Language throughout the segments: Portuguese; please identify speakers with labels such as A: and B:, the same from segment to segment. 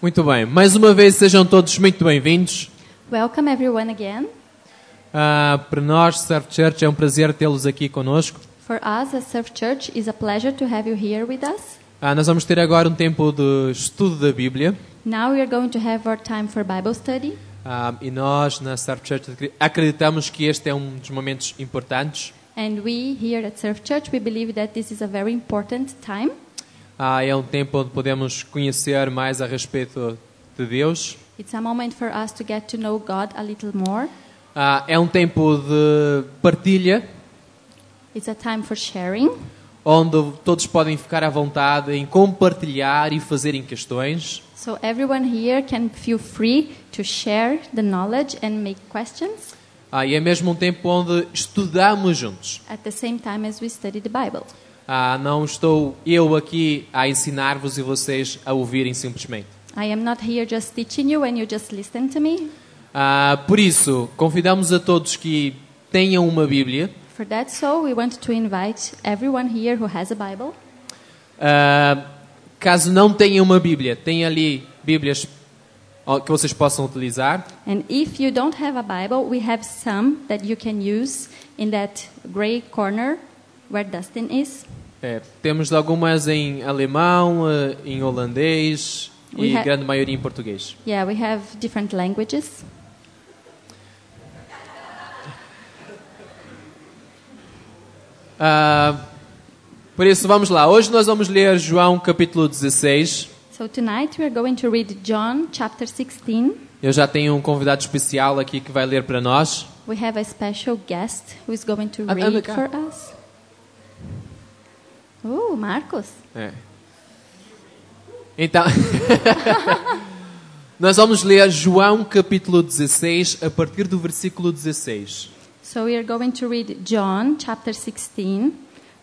A: Muito bem. Mais uma vez, sejam todos muito bem-vindos.
B: Welcome everyone again.
A: Ah, para nós, Surf Church, é um prazer tê-los aqui conosco.
B: For us at Surf Church, it's a pleasure to have you here with us.
A: Ah, nós vamos ter agora um tempo de estudo da Bíblia.
B: Now we are going to have our time for Bible study,
A: Ah, e nós, na Surf Church, acre- acreditamos que este é um dos momentos importantes.
B: and we here at Surf Church we believe that this is a very important time.
A: Ah, é um tempo onde podemos conhecer mais a respeito de Deus.
B: It's a moment for us to get to know God a little more.
A: Ah, é um tempo de partilha,
B: It's a time for sharing,
A: onde todos podem ficar à vontade em compartilhar e fazerem questões.
B: so everyone here can feel free to share the knowledge and make questions
A: Ah, e é mesmo um tempo onde estudamos juntos.
B: at the same time as we study the Bible.
A: Ah, não estou eu aqui a ensinar-vos e vocês a ouvirem simplesmente.
B: I am not here just teaching you and you just listen to me.
A: Ah, por isso, convidamos a todos que tenham uma Bíblia
B: For that, so we want to invite everyone here who has a Bible.
A: Ah, caso não tenha uma Bíblia, tem ali Bíblias ó, que vocês possam utilizar.
B: And if you don't have a Bible, we have some that you can use in that gray corner where Dustin is.
A: É, temos algumas em alemão, eh, em holandês
B: We
A: e
B: ha-
A: grande maioria em português.
B: Yeah, we have different languages.
A: Ah, por isso, vamos lá. Hoje nós vamos ler João capítulo 16.
B: So tonight we are going to read John chapter 16.
A: Eu já tenho um convidado especial aqui que vai ler para nós.
B: We have a special guest who is going to
A: Ah, ah,
B: read
A: cá.
B: for us. Oh, Marcos.
A: É. Então, nós vamos ler João capítulo 16 a partir do versículo 16.
B: So we are going to read John chapter 16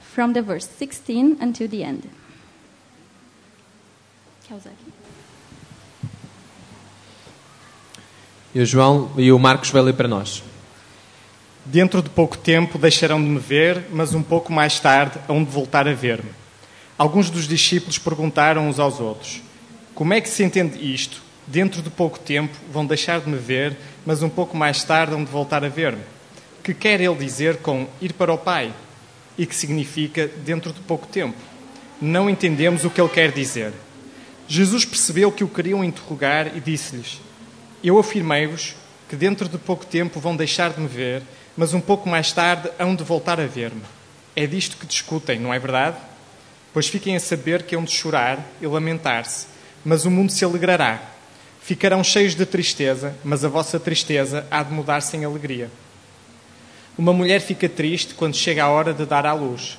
B: from the verse 16 until the end. Quer usar aqui?
A: E o João e o Marcos vai ler para nós.
C: Dentro de pouco tempo deixarão de me ver, mas um pouco mais tarde hão de voltar a ver-me. Alguns dos discípulos perguntaram uns aos outros: Como é que se entende isto? Dentro de pouco tempo vão deixar de me ver, mas um pouco mais tarde hão de voltar a ver-me. Que quer ele dizer com ir para o Pai? E que significa dentro de pouco tempo? Não entendemos o que ele quer dizer. Jesus percebeu que o queriam interrogar e disse-lhes: Eu afirmei-vos que dentro de pouco tempo vão deixar de me ver, mas um pouco mais tarde hão de voltar a ver-me. É disto que discutem, não é verdade? Pois fiquem a saber que hão de chorar e lamentar-se, mas o mundo se alegrará. Ficarão cheios de tristeza, mas a vossa tristeza há de mudar-se em alegria. Uma mulher fica triste quando chega a hora de dar à luz,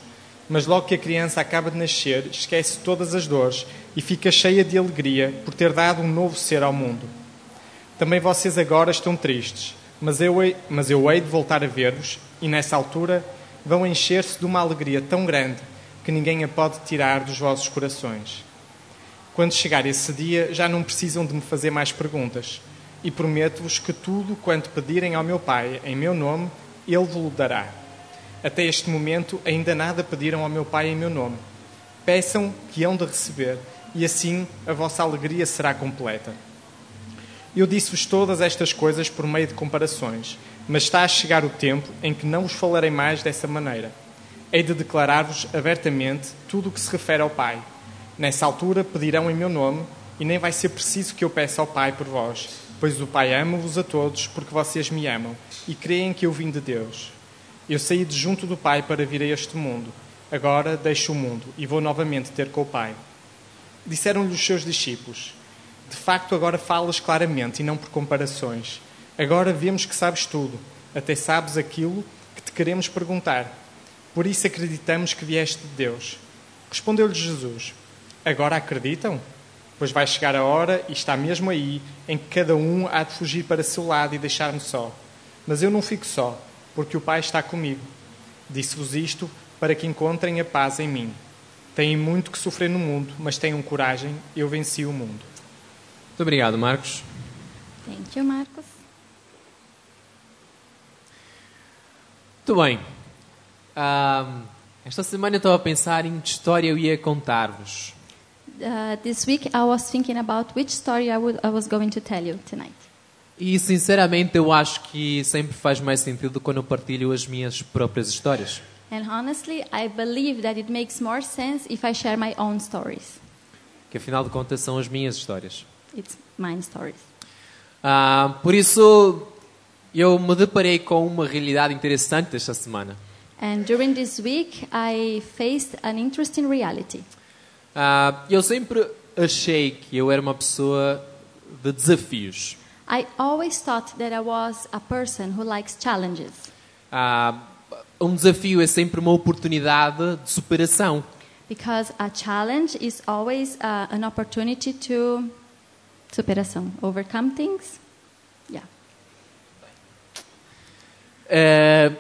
C: mas logo que a criança acaba de nascer, esquece todas as dores e fica cheia de alegria por ter dado um novo ser ao mundo. Também vocês agora estão tristes, mas eu, hei- mas eu hei de voltar a ver-vos, e nessa altura vão encher-se de uma alegria tão grande que ninguém a pode tirar dos vossos corações. Quando chegar esse dia, já não precisam de me fazer mais perguntas. E prometo-vos que tudo quanto pedirem ao meu Pai em meu nome, Ele vos dará. Até este momento, ainda nada pediram ao meu Pai em meu nome. Peçam que hão de receber, e assim a vossa alegria será completa. Eu disse-vos todas estas coisas por meio de comparações, mas está a chegar o tempo em que não vos falarei mais dessa maneira. Hei de declarar-vos abertamente tudo o que se refere ao Pai. Nessa altura pedirão em meu nome, e nem vai ser preciso que eu peça ao Pai por vós, pois o Pai ama-vos a todos porque vocês me amam e creem que eu vim de Deus. Eu saí de junto do Pai para vir a este mundo. Agora deixo o mundo e vou novamente ter com o Pai. Disseram-lhe os seus discípulos: De facto, agora falas claramente e não por comparações. Agora vemos que sabes tudo, até sabes aquilo que te queremos perguntar. Por isso acreditamos que vieste de Deus. Respondeu-lhe Jesus: Agora acreditam? Pois vai chegar a hora, e está mesmo aí, em que cada um há de fugir para seu lado e deixar-me só. Mas eu não fico só, porque o Pai está comigo. Disse-vos isto para que encontrem a paz em mim. Têm muito que sofrer no mundo, mas tenham coragem, eu venci o mundo.
A: Muito obrigado, Marcos.
B: Thank you, Marcos.
A: Muito bem. Ah, esta semana eu estava a pensar em que história eu ia contar-vos.
B: uh, this week I was thinking about which story I, would, I was going to tell you tonight.
A: E sinceramente eu acho que sempre faz mais sentido quando eu partilho as minhas próprias histórias.
B: And honestly, I believe that it makes more sense if I share my own stories.
A: Que afinal de contas são as minhas histórias.
B: It's mine stories.
A: Ah, por isso eu me deparei com uma realidade interessante esta semana.
B: And during this week, I faced an interesting reality.
A: Ah, eu sempre achei que eu era uma pessoa de desafios.
B: I always thought that I was a person who likes challenges
A: Ah, um desafio é sempre uma oportunidade de superação.
B: because a challenge is always uh, an opportunity to superação, overcome things. Yeah.
A: Ah,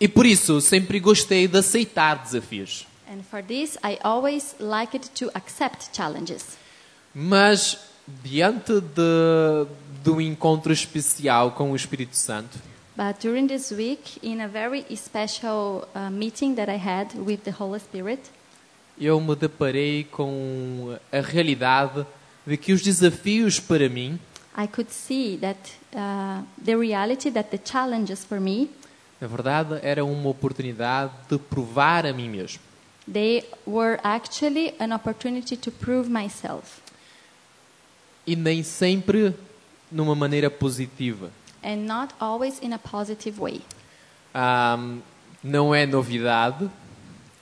A: e por isso sempre gostei de aceitar desafios.
B: And for this, I always liked to accept challenges.
A: Mas diante de, de um encontro especial com o Espírito Santo,
B: But during this week, in a very special uh, meeting that I had with the Holy Spirit,
A: eu me deparei com a realidade de que os desafios para mim,
B: I could see that uh, the reality that the challenges for me,
A: na verdade, eram uma oportunidade de provar a mim mesmo.
B: they were actually an opportunity to prove myself.
A: E nem sempre numa maneira positiva.
B: and not always in a positive way.
A: Ahm, não é novidade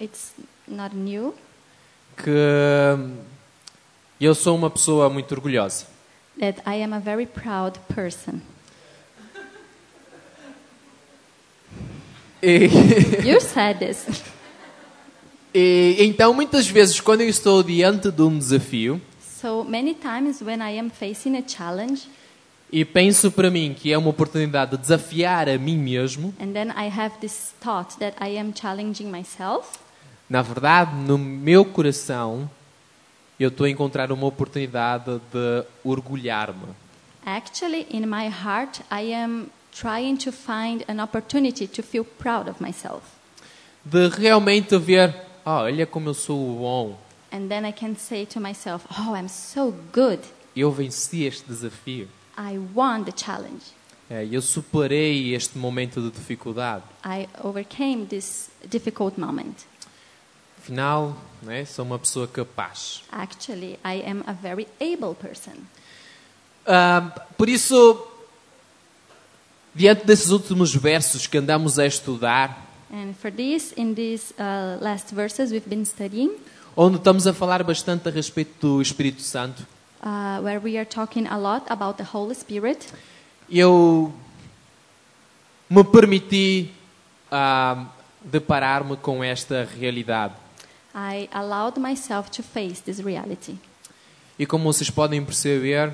B: It's not new
A: que eu sou uma pessoa muito orgulhosa.
B: that I am a very proud person.
A: E-
B: You said this.
A: E, então, muitas vezes, quando eu estou diante de um desafio
B: So many times when I am facing a challenge
A: e penso para mim que é uma oportunidade de desafiar a mim mesmo,
B: and then I have this thought that I am challenging myself,
A: na verdade, no meu coração, eu estou a encontrar uma oportunidade de orgulhar-me.
B: actually in my heart I am trying to find an opportunity to feel proud of myself.
A: De realmente ver, "Ah, olha como eu sou bom,
B: And then I can say to myself, "Oh, I'm so good.
A: eu venci este desafio,
B: I won the challenge.
A: É, eu superei este momento de dificuldade.
B: I overcame this difficult moment."
A: Afinal, né, sou uma pessoa capaz.
B: Actually, I am a very able person.
A: Ah, por isso, diante desses últimos versos que andamos a estudar,
B: And for this, in these uh, last verses we've been studying,
A: onde estamos a falar bastante a respeito do Espírito Santo,
B: uh, where we are talking a lot about the Holy Spirit,
A: eu me permiti ah, deparar-me com esta realidade.
B: I allowed myself to face this reality.
A: E como vocês podem perceber,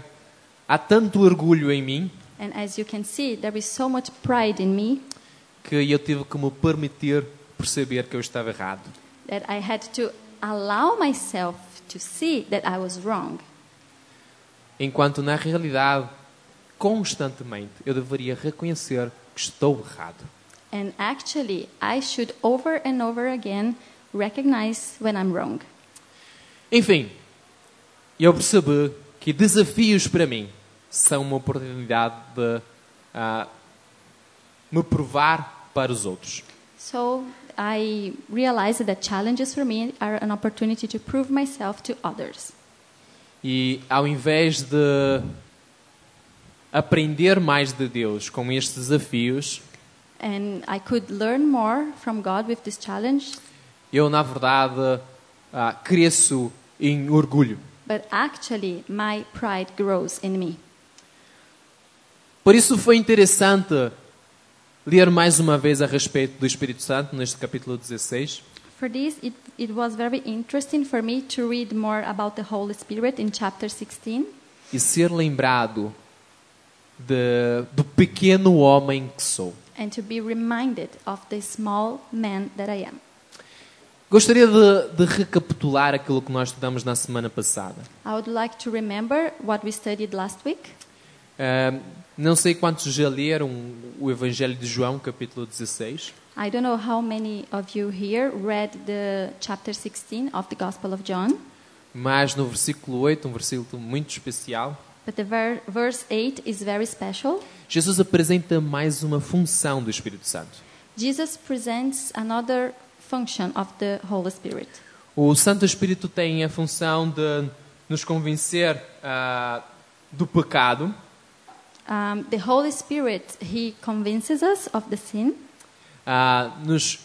A: há tanto orgulho em mim
B: And as you can see, there is so much pride in me
A: que eu tive que me permitir perceber que eu estava errado.
B: that I had to allow myself to see that I was wrong.
A: Enquanto na realidade, constantemente, eu deveria reconhecer que estou errado.
B: And actually, I should over and over again recognize when I'm wrong.
A: Enfim, eu percebi que desafios para mim são uma oportunidade de ah, me provar para os outros.
B: So I realized that challenges for me are an opportunity to prove myself to others.
A: E ao invés de aprender mais de Deus com estes desafios,
B: And I could learn more from God with this challenge,
A: eu, na verdade, ah, cresço em orgulho.
B: but actually my pride grows in me.
A: Por isso foi interessante ler mais uma vez a respeito do Espírito Santo neste capítulo 16.
B: For this, it, it was very interesting for me to read more about the Holy Spirit in chapter 16
A: e ser lembrado de, do pequeno homem que sou.
B: and to be reminded of the small man that I am.
A: Gostaria de, de recapitular aquilo que nós estudamos na semana passada.
B: I would like to remember what we studied last week.
A: Ahm, não sei quantos já leram o Evangelho de João, capítulo 16.
B: I don't know how many of you here read the chapter 16 of the Gospel of John.
A: Mas no versículo 8, um versículo muito especial,
B: But the ver- verse 8 is very special.
A: Jesus apresenta mais uma função do Espírito Santo.
B: Jesus presents another function of the Holy Spirit.
A: O Santo Espírito tem a função de nos convencer ah, do pecado,
B: Um, the Holy Spirit, He convinces us of the sin,
A: ah, nos,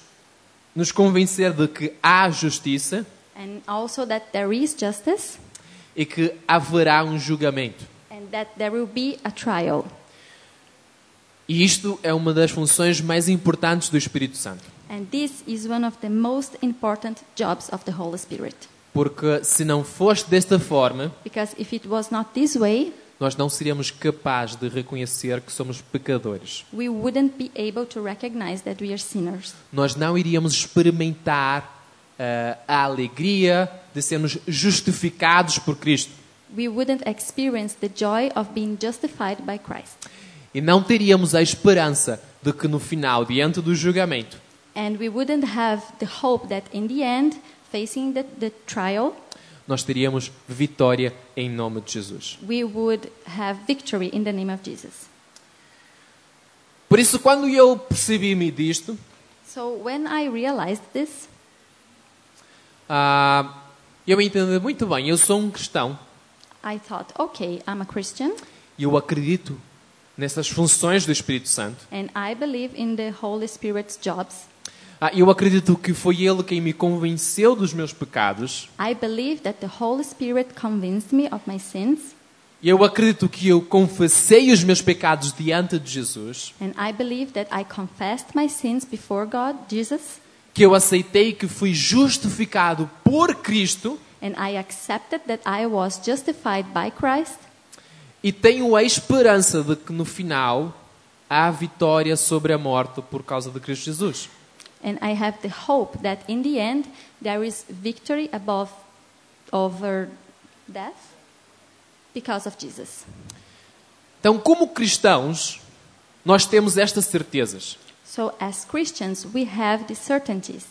A: nos convencer de que há justiça
B: and also that there is justice,
A: e que haverá um julgamento.
B: and that there will be a trial.
A: E isto é uma das funções mais importantes do Espírito Santo.
B: And this is one of the most important jobs of the Holy Spirit.
A: Porque se não fosse desta forma,
B: Because if it was not this way,
A: nós não seríamos capazes de reconhecer que somos pecadores.
B: we wouldn't be able to recognize that we are sinners.
A: Nós não iríamos experimentar ah, a alegria de sermos justificados por Cristo.
B: We wouldn't experience the joy of being justified by Christ.
A: E não teríamos a esperança de que no final, diante do julgamento,
B: And we wouldn't have the hope that in the end, facing the, the trial,
A: nós teríamos vitória em nome de Jesus.
B: we would have victory in the name of Jesus.
A: Por isso, quando eu percebi-me disto,
B: So when I realized this,
A: ah, eu entendi muito bem. Eu sou um cristão
B: I thought, okay, I'm a Christian
A: e eu acredito nessas funções do Espírito Santo.
B: and I believe in the Holy Spirit's jobs.
A: Ah, eu acredito que foi Ele quem me convenceu dos meus pecados.
B: I believe that the Holy Spirit convinced me of my sins,
A: E eu acredito que eu confessei os meus pecados diante de Jesus.
B: and I believe that I confessed my sins before God, Jesus,
A: Que eu aceitei que fui justificado por Cristo
B: and I accepted that I was justified by Christ,
A: e tenho a esperança de que no final há vitória sobre a morte por causa de Cristo Jesus.
B: and I have the hope that in the end there is victory above over death because of Jesus.
A: Então, como cristãos, nós temos estas certezas.
B: So as Christians, we have the certainties,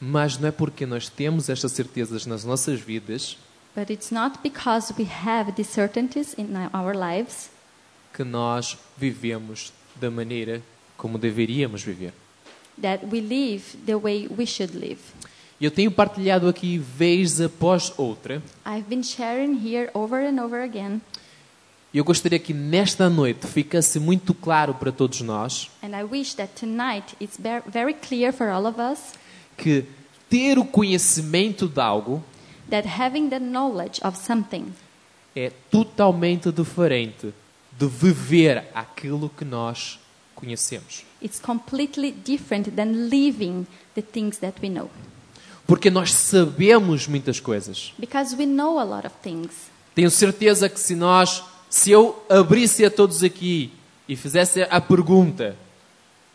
A: Mas não é porque nós temos estas certezas nas nossas vidas
B: but it's not because we have the certainties in our lives
A: que nós vivemos da maneira como deveríamos viver.
B: that we live the way we should live.
A: Eu tenho partilhado aqui vez após outra.
B: I've been sharing here over and over again,
A: E eu gostaria que nesta noite ficasse muito claro para todos nós
B: and I wish that tonight it's ver- very clear for all of us
A: que ter o conhecimento de algo
B: that having the knowledge of something
A: é totalmente diferente de viver aquilo que nós conhecemos.
B: it's completely different than living the things that we know
A: Porque nós sabemos muitas coisas.
B: because we know a lot of things.
A: Tenho certeza que se nós, se eu abrisse a todos aqui e fizesse a pergunta,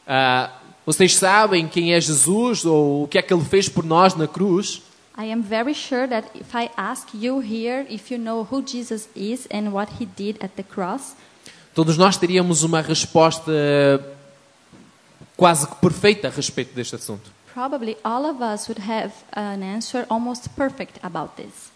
A: ah, vocês sabem quem é Jesus ou o que é que ele fez por nós na cruz?
B: I am very sure that if I ask you here if you know who Jesus is and what he did at the cross,
A: Todos nós teríamos uma resposta quase que perfeita a respeito deste assunto.
B: probably all of us would have an answer almost perfect about this.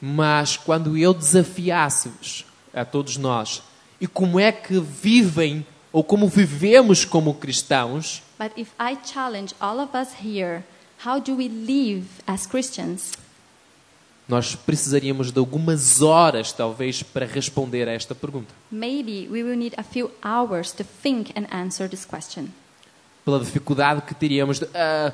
A: Mas quando eu desafiasse-vos, a todos nós, e como é que vivem ou como vivemos como cristãos,
B: But if I challenge all of us here, how do we live as Christians?
A: nós precisaríamos de algumas horas, talvez, para responder a esta pergunta.
B: Maybe we will need a few hours to think and answer this question.
A: Pela dificuldade que teríamos de. "Ah,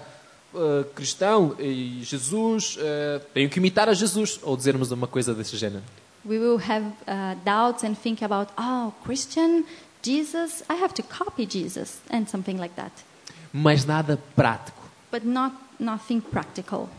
A: ah, cristão, e Jesus, ah, tenho que imitar a Jesus, ou dizermos uma coisa desse género.
B: We will have uh, doubts and think about, oh, Christian, Jesus, I have to copy Jesus, and something like that.
A: Mas nada prático.
B: But not nothing practical.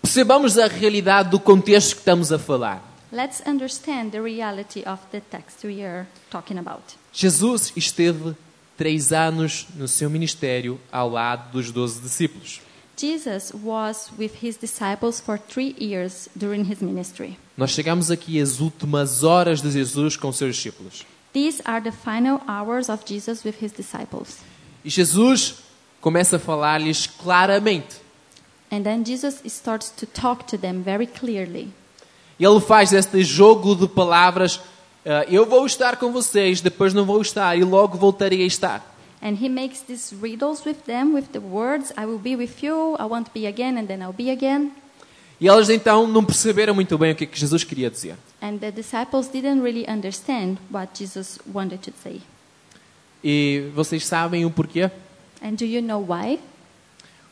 A: Percebamos a realidade do contexto que estamos a falar.
B: Let's understand the reality of the text we are talking about.
A: Jesus esteve três anos no seu ministério ao lado dos doze discípulos.
B: Jesus was with his disciples for three years during his ministry.
A: Nós chegamos aqui às últimas horas de Jesus com os seus discípulos.
B: These are the final hours of Jesus with his disciples.
A: E Jesus começa a falar-lhes claramente.
B: And then Jesus starts to talk to them very clearly.
A: Ele faz este jogo de palavras: ah, eu vou estar com vocês, depois não vou estar e logo voltarei a estar.
B: And he makes these riddles with them with the words, I will be with you, I won't be again, and then I'll be again.
A: E elas então não perceberam muito bem o que é que Jesus queria dizer.
B: And the disciples didn't really understand what Jesus wanted to say.
A: E vocês sabem o porquê?
B: And do you know why?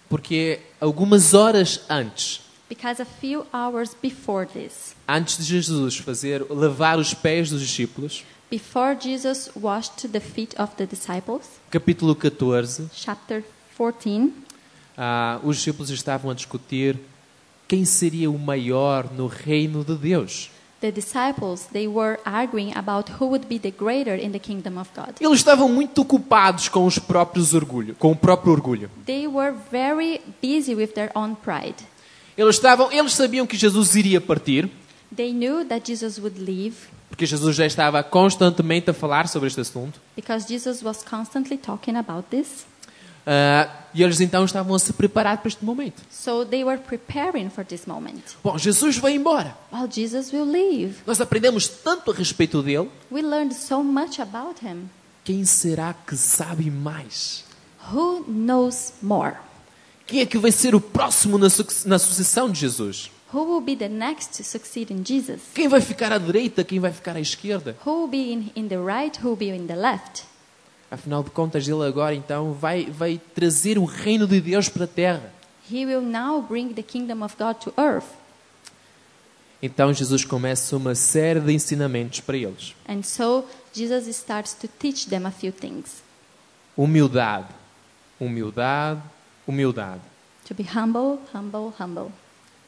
A: Porque algumas horas antes,
B: Because a few hours before this,
A: antes de Jesus fazer lavar os pés dos discípulos,
B: before Jesus washed the feet of the disciples,
A: capítulo 14,
B: chapter 14,
A: ah, os discípulos estavam a discutir quem seria o maior no reino de Deus.
B: the disciples they were arguing about who would be the greater in the kingdom of God.
A: Eles estavam muito ocupados com os próprios orgulho, com o próprio orgulho.
B: They were very busy with their own pride.
A: Eles estavam, eles sabiam que Jesus iria partir,
B: They knew that Jesus would leave
A: porque Jesus já estava constantemente a falar sobre este assunto.
B: because Jesus was constantly talking about this.
A: Ah, e eles então estavam a se preparar para este momento.
B: So they were preparing for this moment.
A: Bom, Jesus vai embora.
B: Well, Jesus will leave.
A: Nós aprendemos tanto a respeito dele.
B: We learned so much about him.
A: Quem será que sabe mais?
B: Who knows more?
A: Quem é que vai ser o próximo na, suc- na sucessão de Jesus?
B: Who will be the next to succeed in Jesus?
A: Quem vai ficar à direita? Quem vai ficar à esquerda?
B: Who will be in, in the right? Who will be in the left?
A: Afinal de contas, ele agora então vai, vai trazer o reino de Deus para a terra.
B: He will now bring the kingdom of God to earth.
A: Então Jesus começa uma série de ensinamentos para eles:
B: And so Jesus starts to teach them a few things
A: humildade, humildade, humildade.
B: to be humble, humble, humble.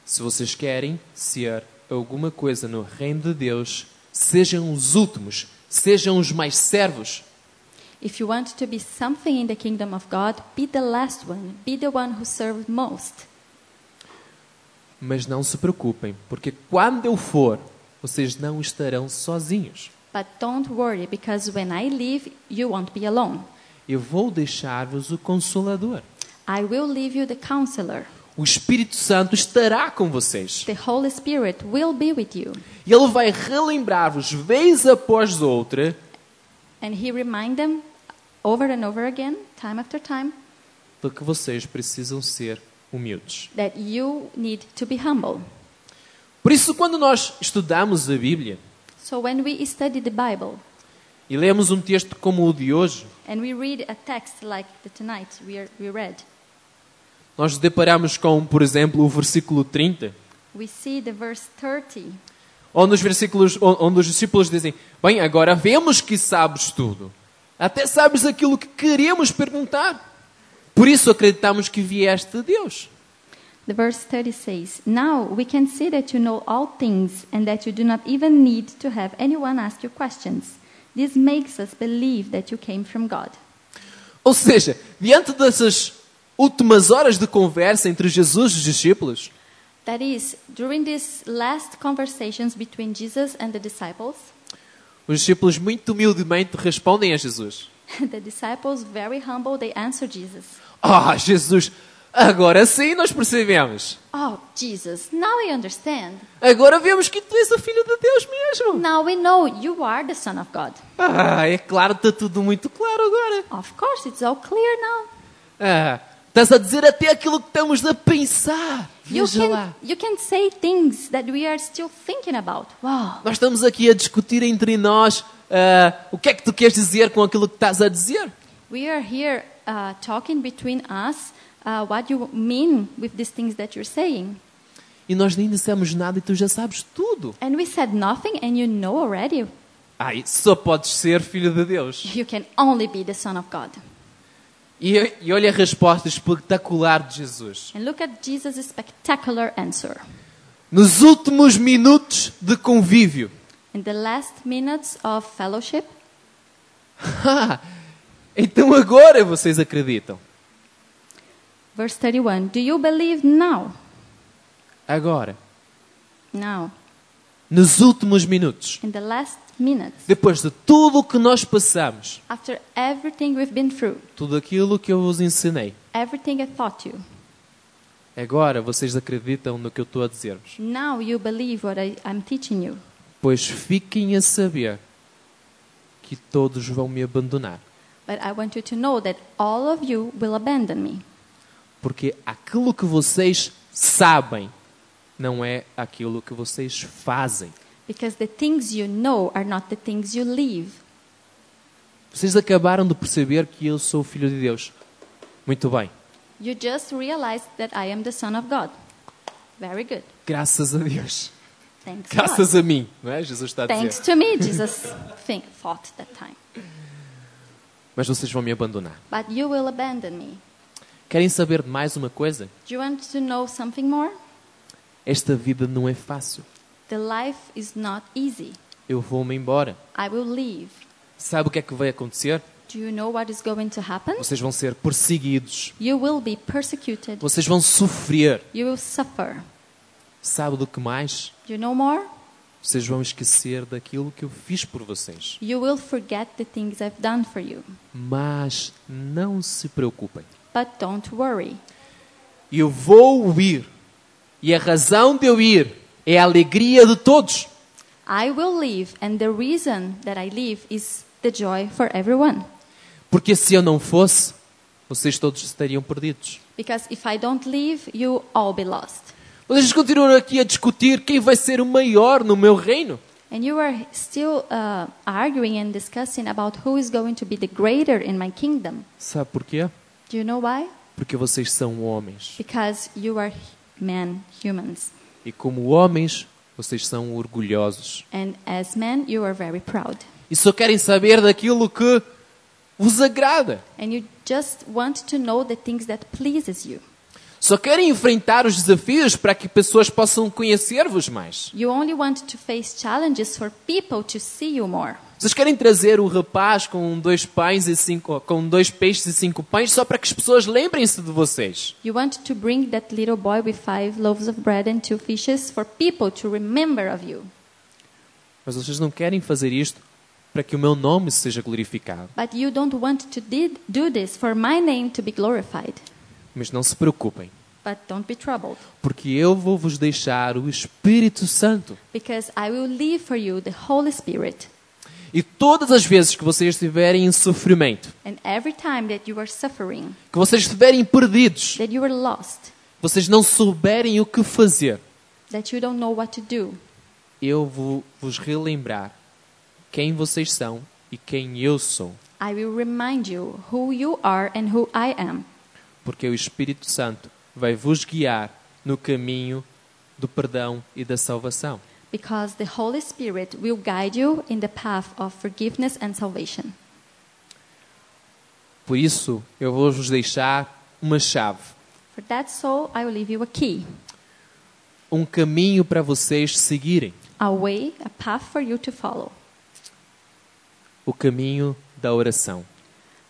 A: Se vocês querem ser alguma coisa no reino de Deus, sejam os últimos, sejam os mais servos.
B: If you want to be something in the kingdom of God, be the last one, be the one who serves most.
A: Mas não se preocupem, porque quando eu for, vocês não estarão sozinhos.
B: But don't worry, because when I leave, you won't be alone.
A: Eu vou deixar-vos o Consolador.
B: I will leave you the counselor.
A: O Espírito Santo estará com vocês.
B: The Holy Spirit will be with you.
A: E ele vai relembrar-vos, vez após outra,
B: And he reminds them over and over again, time after time,
A: de que vocês precisam ser humildes.
B: that you need to be humble.
A: Por isso, quando nós estudamos a Bíblia
B: So when we study the Bible
A: e lemos um texto como o de hoje,
B: and we read a text like the tonight we, are, we read,
A: nós nos deparamos com, por exemplo, o versículo 30,
B: we see the verse 30,
A: onde os, versículos, onde os discípulos dizem: Bem, agora vemos que sabes tudo. Até sabes aquilo que queremos perguntar. Por isso acreditamos que vieste de Deus.
B: The verse 30 says, Now we can see that you know all things and that you do not even need to have anyone ask you questions. This makes us believe that you came from God.
A: Ou seja, diante dessas últimas horas de conversa entre Jesus e os discípulos,
B: That is, during these last conversations between Jesus and the disciples,
A: os discípulos muito humildemente respondem a Jesus:
B: the disciples, very humble, they answer Jesus,
A: Ah, Jesus, agora sim nós percebemos.
B: Oh, Jesus, now we understand.
A: Agora vemos que tu és o filho de Deus mesmo.
B: Now we know you are the Son of God.
A: Ah, é claro, está tudo muito claro agora.
B: Of course, it's all clear now.
A: Ah, estás a dizer até aquilo que estamos a pensar.
B: You
A: Veja
B: can,
A: lá.
B: you can say things that we are still thinking about. Wow.
A: Nós estamos aqui a discutir entre nós ah, o que é que tu queres dizer com aquilo que estás a dizer.
B: We are here uh, talking between us uh, what you mean with these things that you're saying.
A: E nós nem dissemos nada e tu já sabes tudo.
B: And we said nothing, and you know already.
A: Ai, só podes ser filho de Deus.
B: You can only be the Son of God.
A: E, e olha a resposta espetacular de Jesus.
B: And look at Jesus' spectacular answer.
A: Nos últimos minutos de convívio,
B: In the last minutes of fellowship,
A: Ah, então agora vocês acreditam.
B: verse 31 Do you believe now?
A: Agora,
B: Now,
A: nos últimos minutos,
B: in the last minutes,
A: depois de tudo o que nós passamos,
B: after everything we've been through,
A: tudo aquilo que eu vos ensinei,
B: everything I taught you,
A: Agora vocês acreditam no que eu estou a dizer-vos.
B: Now you believe what I, I'm teaching you.
A: Pois fiquem a saber que todos vão me abandonar.
B: But I want you to know that all of you will abandon me.
A: Porque aquilo que vocês sabem não é aquilo que vocês fazem.
B: Because the things you know are not the things you live.
A: Vocês acabaram de perceber que eu sou o filho de Deus. Muito bem.
B: You just realized that I am the Son of God. Very good.
A: Graças a Deus.
B: Thanks. God.
A: Graças a mim, não é? Jesus está a
B: Thanks
A: dizer.
B: to me, Jesus think, thought that time.
A: Mas vocês vão me abandonar.
B: But you will abandon me.
A: Querem saber de mais uma coisa?
B: Do you want to know something more?
A: Esta vida não é fácil.
B: The life is not easy.
A: Eu vou-me embora.
B: I will leave.
A: Sabe o que é que vai acontecer?
B: Do you know what is going to happen?
A: Vocês vão ser perseguidos.
B: You will be persecuted.
A: Vocês vão sofrer.
B: You will suffer.
A: Sabe do que mais?
B: Do you know more?
A: Vocês vão esquecer daquilo que eu fiz por vocês.
B: You will forget the things I've done for you.
A: Mas não se preocupem.
B: But don't worry.
A: Eu vou ir. E a razão de eu ir é a alegria de todos.
B: I will leave, and the reason that I leave is the joy for everyone.
A: Porque se eu não fosse, vocês todos estariam perdidos.
B: Because if I don't leave, you all be lost.
A: Vocês continuam aqui a discutir quem vai ser o maior no meu reino.
B: And you are still uh, arguing and discussing about who is going to be the greater in my kingdom.
A: Sabe porquê?
B: Do you know why?
A: Porque vocês são homens.
B: Because you are h- men, humans.
A: E como homens, vocês são orgulhosos.
B: And as men, you are very proud.
A: E só querem saber daquilo que vos agrada.
B: And you just want to know the things that pleases you.
A: Só querem enfrentar os desafios para que pessoas possam conhecer-vos mais.
B: You only want to face challenges for people to see you more.
A: Vocês querem trazer o rapaz com dois pães e cinco, com dois peixes e cinco pães só para que as pessoas lembrem-se de vocês.
B: You want to bring that little boy with five loaves of bread and two fishes for people to remember of you.
A: Mas vocês não querem fazer isto para que o meu nome seja glorificado.
B: But you don't want to did, do this for my name to be glorified.
A: Mas não se preocupem,
B: But don't be troubled,
A: porque eu vou vos deixar o Espírito Santo.
B: because I will leave for you the Holy Spirit.
A: E todas as vezes que vocês estiverem em sofrimento,
B: And every time that you are suffering,
A: que vocês estiverem perdidos,
B: that you are lost,
A: vocês não souberem o que fazer,
B: that you don't know what to do,
A: eu vou vos relembrar quem vocês são e quem eu sou,
B: I will remind you who you are and who I am,
A: porque o Espírito Santo vai vos guiar no caminho do perdão e da salvação.
B: because the Holy Spirit will guide you in the path of forgiveness and salvation.
A: Por isso, eu vou vos deixar uma chave,
B: For that soul, I will leave you a key,
A: um caminho para vocês seguirem,
B: a way, a path for you to follow,
A: o caminho da oração.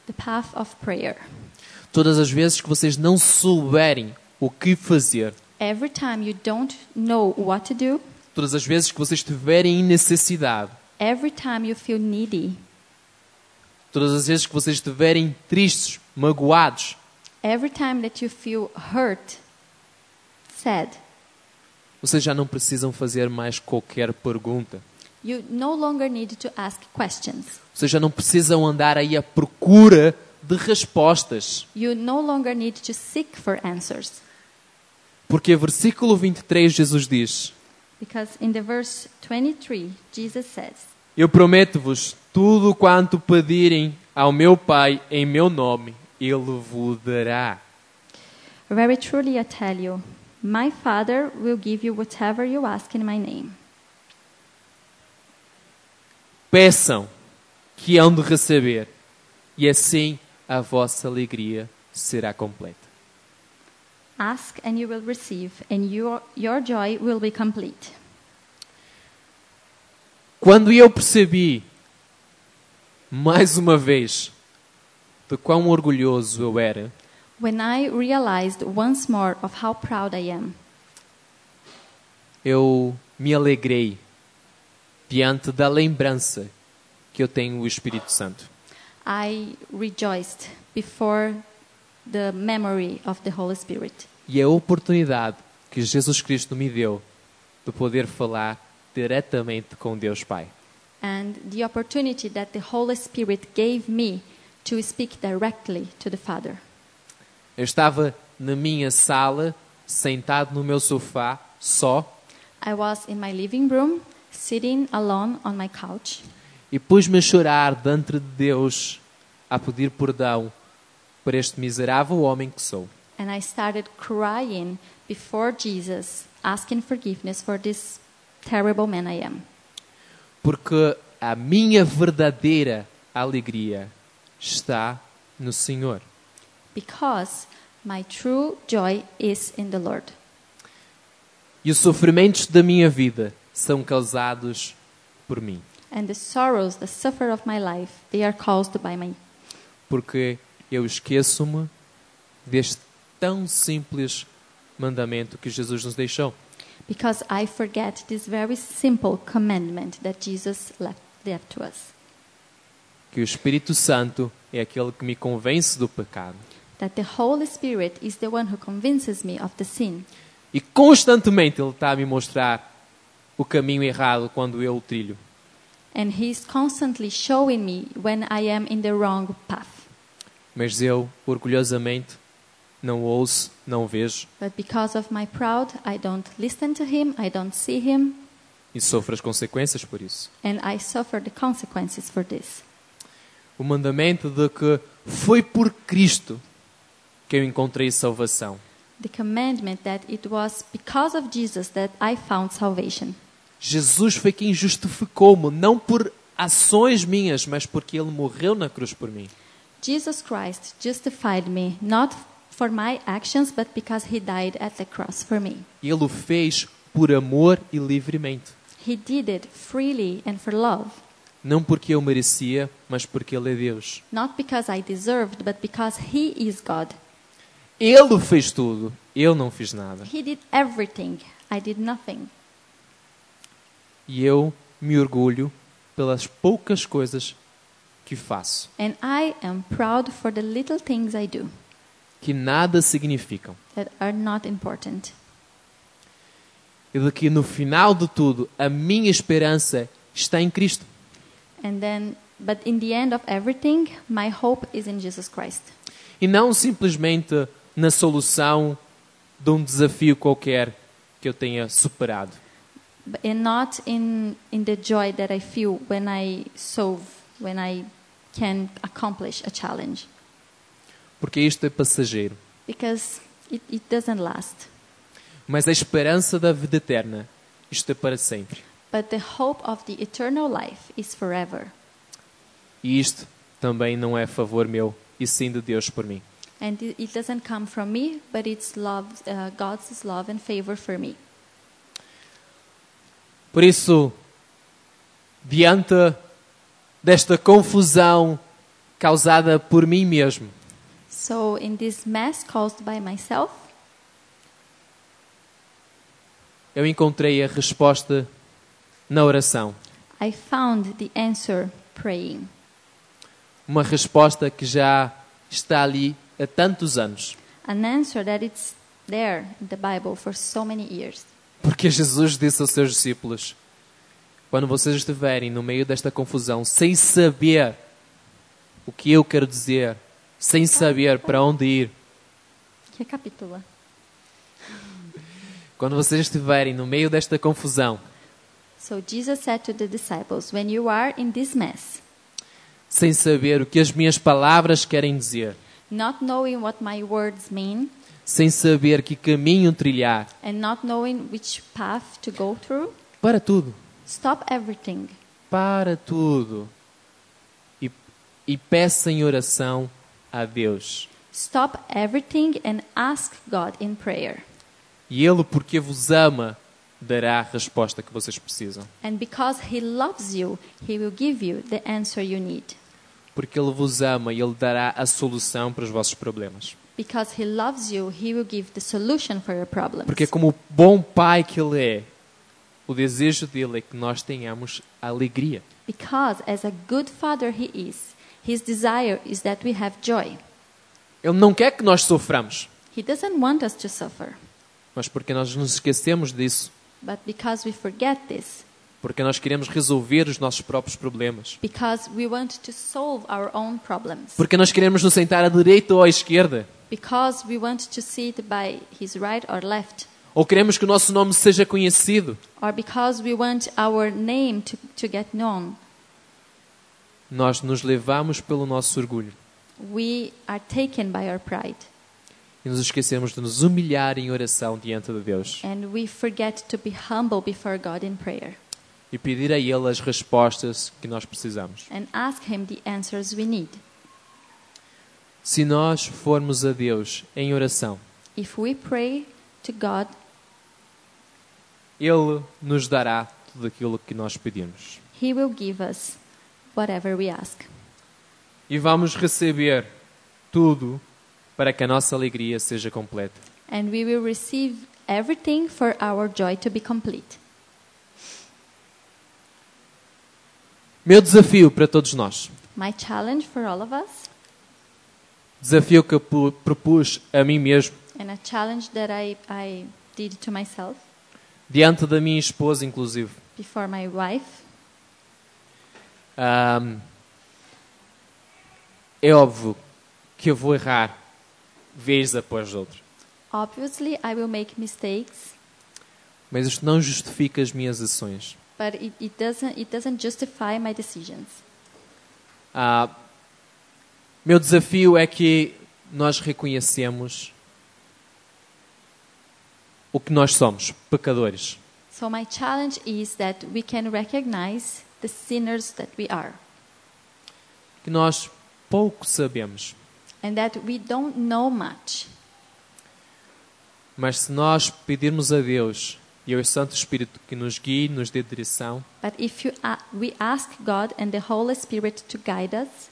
B: the path of prayer.
A: Todas as vezes que vocês não souberem o que fazer,
B: Every time you don't know what to do,
A: todas as vezes que vocês estiverem em necessidade,
B: every time you feel needy,
A: todas as vezes que vocês estiverem tristes, magoados,
B: every time that you feel hurt, sad,
A: vocês já não precisam fazer mais qualquer pergunta.
B: you no longer need to ask questions.
A: Vocês já não precisam andar aí à procura de respostas.
B: You no longer need to seek for answers.
A: Porque versículo 23 Jesus diz:
B: Because in the verse 23, Jesus says,
A: Eu prometo-vos tudo quanto pedirem ao meu Pai em meu nome, ele vos dará.
B: Very truly I tell you, my Father will give you whatever you ask in my name.
A: Peçam que hão de receber, e assim a vossa alegria será completa.
B: Ask and you will receive, and your, your joy will be complete.
A: Quando eu percebi, mais uma vez, de quão orgulhoso eu era,
B: When I realized once more of how proud I am,
A: eu me alegrei diante da lembrança que eu tenho o Espírito Santo.
B: I rejoiced before the memory of the Holy Spirit.
A: E é a oportunidade que Jesus Cristo me deu de poder falar diretamente com Deus Pai.
B: and the opportunity that the Holy Spirit gave me to speak directly to the Father.
A: Eu estava na minha sala, sentado no meu sofá, só,
B: I was in my living room, sitting alone on my couch,
A: e pus-me a chorar diante de Deus, a pedir perdão por este miserável homem que sou.
B: and I started crying before Jesus, asking forgiveness for this terrible man I am.
A: Porque a minha verdadeira alegria está no Senhor.
B: Because my true joy is in the Lord.
A: E os sofrimentos da minha vida são causados por mim.
B: And the sorrows, the suffer of my life, they are caused by me.
A: Porque eu esqueço-me deste tão simples mandamento que Jesus nos deixou.
B: Because I forget this very simple commandment that Jesus left, left to us.
A: que o Espírito Santo é aquele que me convence do pecado.
B: that the Holy Spirit is the one who convinces me of the sin.
A: E constantemente ele está a me mostrar o caminho errado quando eu o trilho.
B: And He is constantly showing me when I am in the wrong path.
A: Mas eu, orgulhosamente, não ouço, não vejo
B: But because of my pride, I don't listen to Him, I don't see Him,
A: e sofro as consequências por isso.
B: and I suffer the consequences for this.
A: O mandamento de que foi por Cristo que eu encontrei salvação.
B: The commandment that it was because of Jesus that I found salvation.
A: Jesus foi quem justificou-me, não por ações minhas, mas porque ele morreu na cruz por mim.
B: Jesus Christ justified me, not for my actions, but because He died at the cross for me.
A: Ele o fez por amor e livremente.
B: He did it freely and for love.
A: não porque eu merecia, mas porque Ele é Deus.
B: Not because I deserved, but because He is God.
A: Ele fez tudo, eu não fiz nada.
B: He did everything. I did nothing.
A: E eu me orgulho pelas poucas coisas que faço,
B: And I am proud for the little things I do
A: que nada significam.
B: that are not important.
A: E de que no final de tudo, a minha esperança está em Cristo.
B: And then, but in the end of everything, my hope is in Jesus Christ.
A: E não simplesmente na solução de um desafio qualquer que eu tenha superado.
B: B- And not in, in the joy that I feel when I solve, when I can accomplish a challenge.
A: Porque isto é passageiro.
B: Because it, it doesn't last.
A: Mas a esperança da vida eterna, isto é para sempre.
B: But the hope of the eternal life is forever.
A: E isto também não é favor meu, e sim de Deus por mim.
B: And it, it doesn't come from me, but it's love, uh, God's love and favor for me.
A: Por isso, diante desta confusão causada por mim mesmo,
B: So, in this mess caused by myself,
A: eu encontrei a resposta na oração.
B: I found the answer praying.
A: Uma resposta que já está ali há tantos anos.
B: An answer that it's there in the Bible for so many years.
A: Porque Jesus disse aos seus discípulos: Quando vocês estiverem no meio desta confusão, sem saber o que eu quero dizer, sem saber para onde ir,
B: Que capítulo?
A: Quando vocês estiverem no meio desta confusão,
B: So, Jesus said to the disciples, When you are in this mess,
A: sem saber o que as minhas palavras querem dizer,
B: not knowing what my words mean,
A: sem saber que caminho trilhar,
B: and not knowing which path to go through,
A: para tudo,
B: stop everything
A: para tudo. E, e peça em oração a Deus.
B: Stop everything and ask God in prayer.
A: E Ele, porque vos ama, dará a resposta que vocês precisam.
B: And because He loves you, He will give you the answer you need.
A: Porque Ele vos ama e Ele dará a solução para os vossos problemas.
B: Because He loves you, He will give the solution for your problems.
A: Porque, como o bom Pai que Ele é, o desejo dele é que nós tenhamos alegria.
B: Because as a good Father He is, His desire is that we have joy.
A: Ele não quer que nós soframos.
B: He doesn't want us to suffer.
A: Mas porque nós nos esquecemos disso,
B: But because we forget this,
A: porque nós queremos resolver os nossos próprios problemas,
B: because we want to solve our own problems,
A: porque nós queremos nos sentar à direita ou à esquerda,
B: because we want to sit by his right or left,
A: ou queremos que o nosso nome seja conhecido,
B: or because we want our name to, to get known,
A: nós nos levamos pelo nosso orgulho
B: we are taken by our pride
A: e nos esquecemos de nos humilhar em oração diante de Deus
B: and we forget to be humble before God in prayer
A: e pedir a Ele as respostas que nós precisamos.
B: and ask him the answers we need.
A: Se nós formos a Deus em oração,
B: If we pray to God,
A: Ele nos dará tudo aquilo que nós pedimos.
B: he will give us whatever we ask.
A: E vamos receber tudo para que a nossa alegria seja completa.
B: and we will receive everything for our joy to be complete.
A: Meu desafio para todos nós,
B: My challenge for all of us,
A: desafio que eu pu- propus a mim mesmo,
B: and a challenge that I, I did to myself
A: diante da minha esposa, inclusive,
B: before my wife,
A: ahm, é óbvio que eu vou errar vez após outra.
B: obviously I will make mistakes,
A: Mas isto não justifica as minhas ações.
B: but it, it, doesn't, it doesn't justify my decisions.
A: Ah, meu desafio é que nós reconhecemos o que nós somos, pecadores.
B: So my challenge is that we can recognize the sinners that we are
A: Que nós pouco sabemos.
B: and that we don't know much.
A: Mas se nós pedirmos a Deus e ao Santo Espírito que nos guie, nos dê direção,
B: But if you, a we ask God and the Holy Spirit to guide us,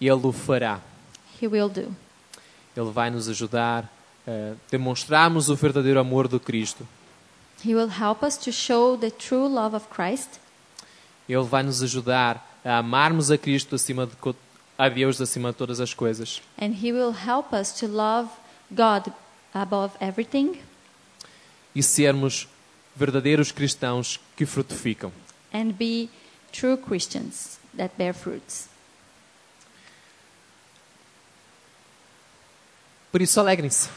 A: Ele o fará.
B: He will do.
A: Ele vai nos ajudar a demonstrarmos o verdadeiro amor do Cristo.
B: He will help us to show the true love of Christ.
A: Ele vai nos ajudar a amarmos a Cristo acima de co- a Deus acima de todas as coisas.
B: And He will help us to love God above everything
A: e sermos verdadeiros cristãos que frutificam.
B: and be true Christians that bear fruits.
A: Por isso, alegrem-se.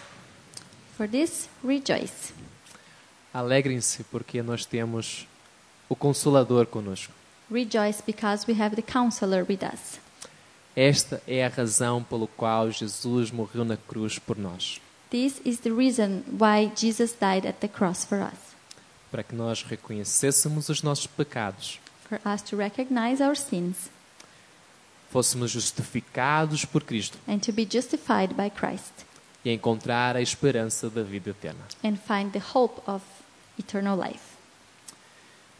B: For this, rejoice.
A: Alegrem-se porque nós temos o Consolador conosco.
B: Rejoice because we have the counselor with us.
A: Esta é a razão pelo qual Jesus morreu na cruz por nós,
B: This is the reason why Jesus died at the cross for us,
A: para que nós reconhecêssemos os nossos pecados,
B: for us to recognize our sins
A: fôssemos justificados por Cristo
B: and to be justified by Christ
A: e encontrar a esperança da vida eterna.
B: and find the hope of eternal life.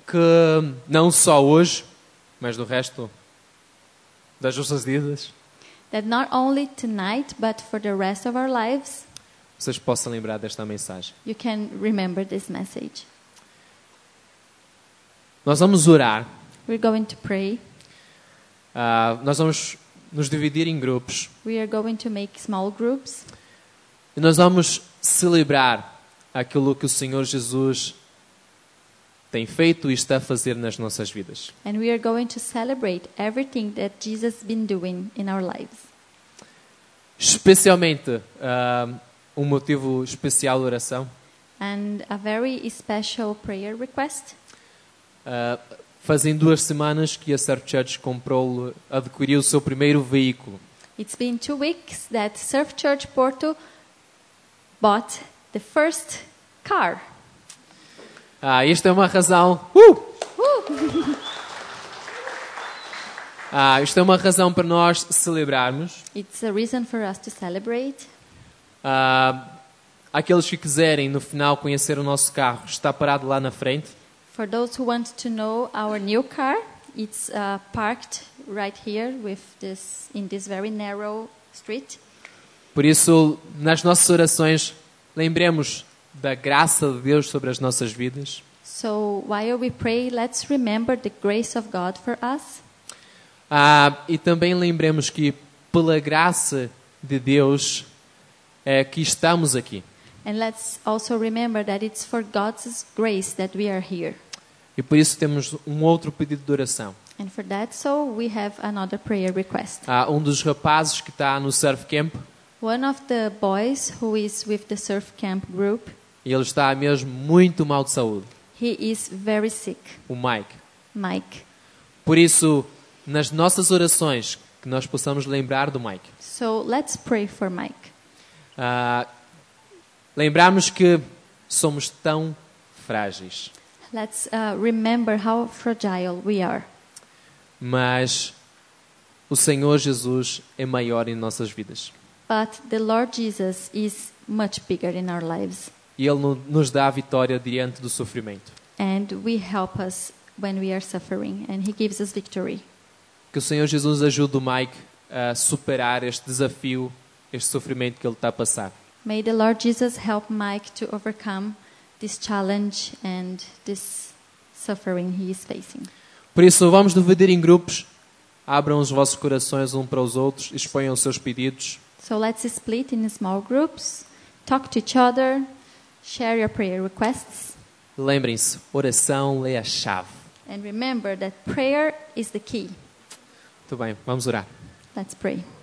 A: Que não só hoje, mas no resto das nossas vidas,
B: That not only tonight, but for the rest of our lives,
A: vocês possam lembrar desta mensagem.
B: you can remember this message.
A: Nós vamos orar
B: We're going to pray.
A: Ah, nós vamos nos dividir em grupos
B: We are going to make small groups.
A: e nós vamos celebrar aquilo que o Senhor Jesus tem feito e está a fazer nas nossas vidas.
B: And we are going to celebrate everything that Jesus has been doing in our lives.
A: Especialmente ah, um motivo especial de oração,
B: And a very special prayer request.
A: ah, fazem duas semanas que a Surf Church comprou, adquiriu o seu primeiro veículo.
B: It's been two weeks that Surf Church Porto bought the first car.
A: Ah, esta é uma razão. Uh!
B: Woo!
A: Ah, isto é uma razão para nós celebrarmos.
B: It's a reason for us to celebrate.
A: Ah, aqueles que quiserem, no final, conhecer o nosso carro, está parado lá na frente.
B: For those who want to know our new car, it's uh, parked right here with this in this very narrow street.
A: Por isso, nas nossas orações, lembremos da graça de Deus sobre as nossas vidas.
B: So while we pray, let's remember the grace of God for us,
A: Ah, e também lembremos que, pela graça de Deus, eh, que estamos aqui.
B: And let's also remember that it's for God's grace that we are here.
A: E por isso temos um outro pedido de oração.
B: And for that, so we have another prayer request.
A: Há um dos rapazes que está no surf camp
B: One of the boys who is with the surf camp group,
A: e ele está mesmo muito mal de saúde,
B: he is very sick,
A: o Mike.
B: Mike.
A: Por isso, nas nossas orações, que nós possamos lembrar do Mike.
B: So let's pray for Mike.
A: Ah, lembrarmos que somos tão frágeis,
B: Let's uh, remember how fragile we are.
A: mas o Senhor Jesus é maior em nossas vidas.
B: But the Lord Jesus is much bigger in our lives,
A: E Ele no- nos dá a vitória diante do sofrimento.
B: and we help us when we are suffering, and He gives us victory.
A: Que o Senhor Jesus ajude o Mike a superar este desafio, este sofrimento que ele está a passar.
B: May the Lord Jesus help Mike to overcome this challenge and this suffering he is facing.
A: Por isso, vamos dividir em grupos. Abram os vossos corações um para os outros, exponham os seus pedidos.
B: So let's split in small groups, talk to each other, share your prayer requests,
A: Lembrem-se, oração é a chave.
B: and remember that prayer is the key.
A: Muito bem, vamos orar.
B: Let's pray.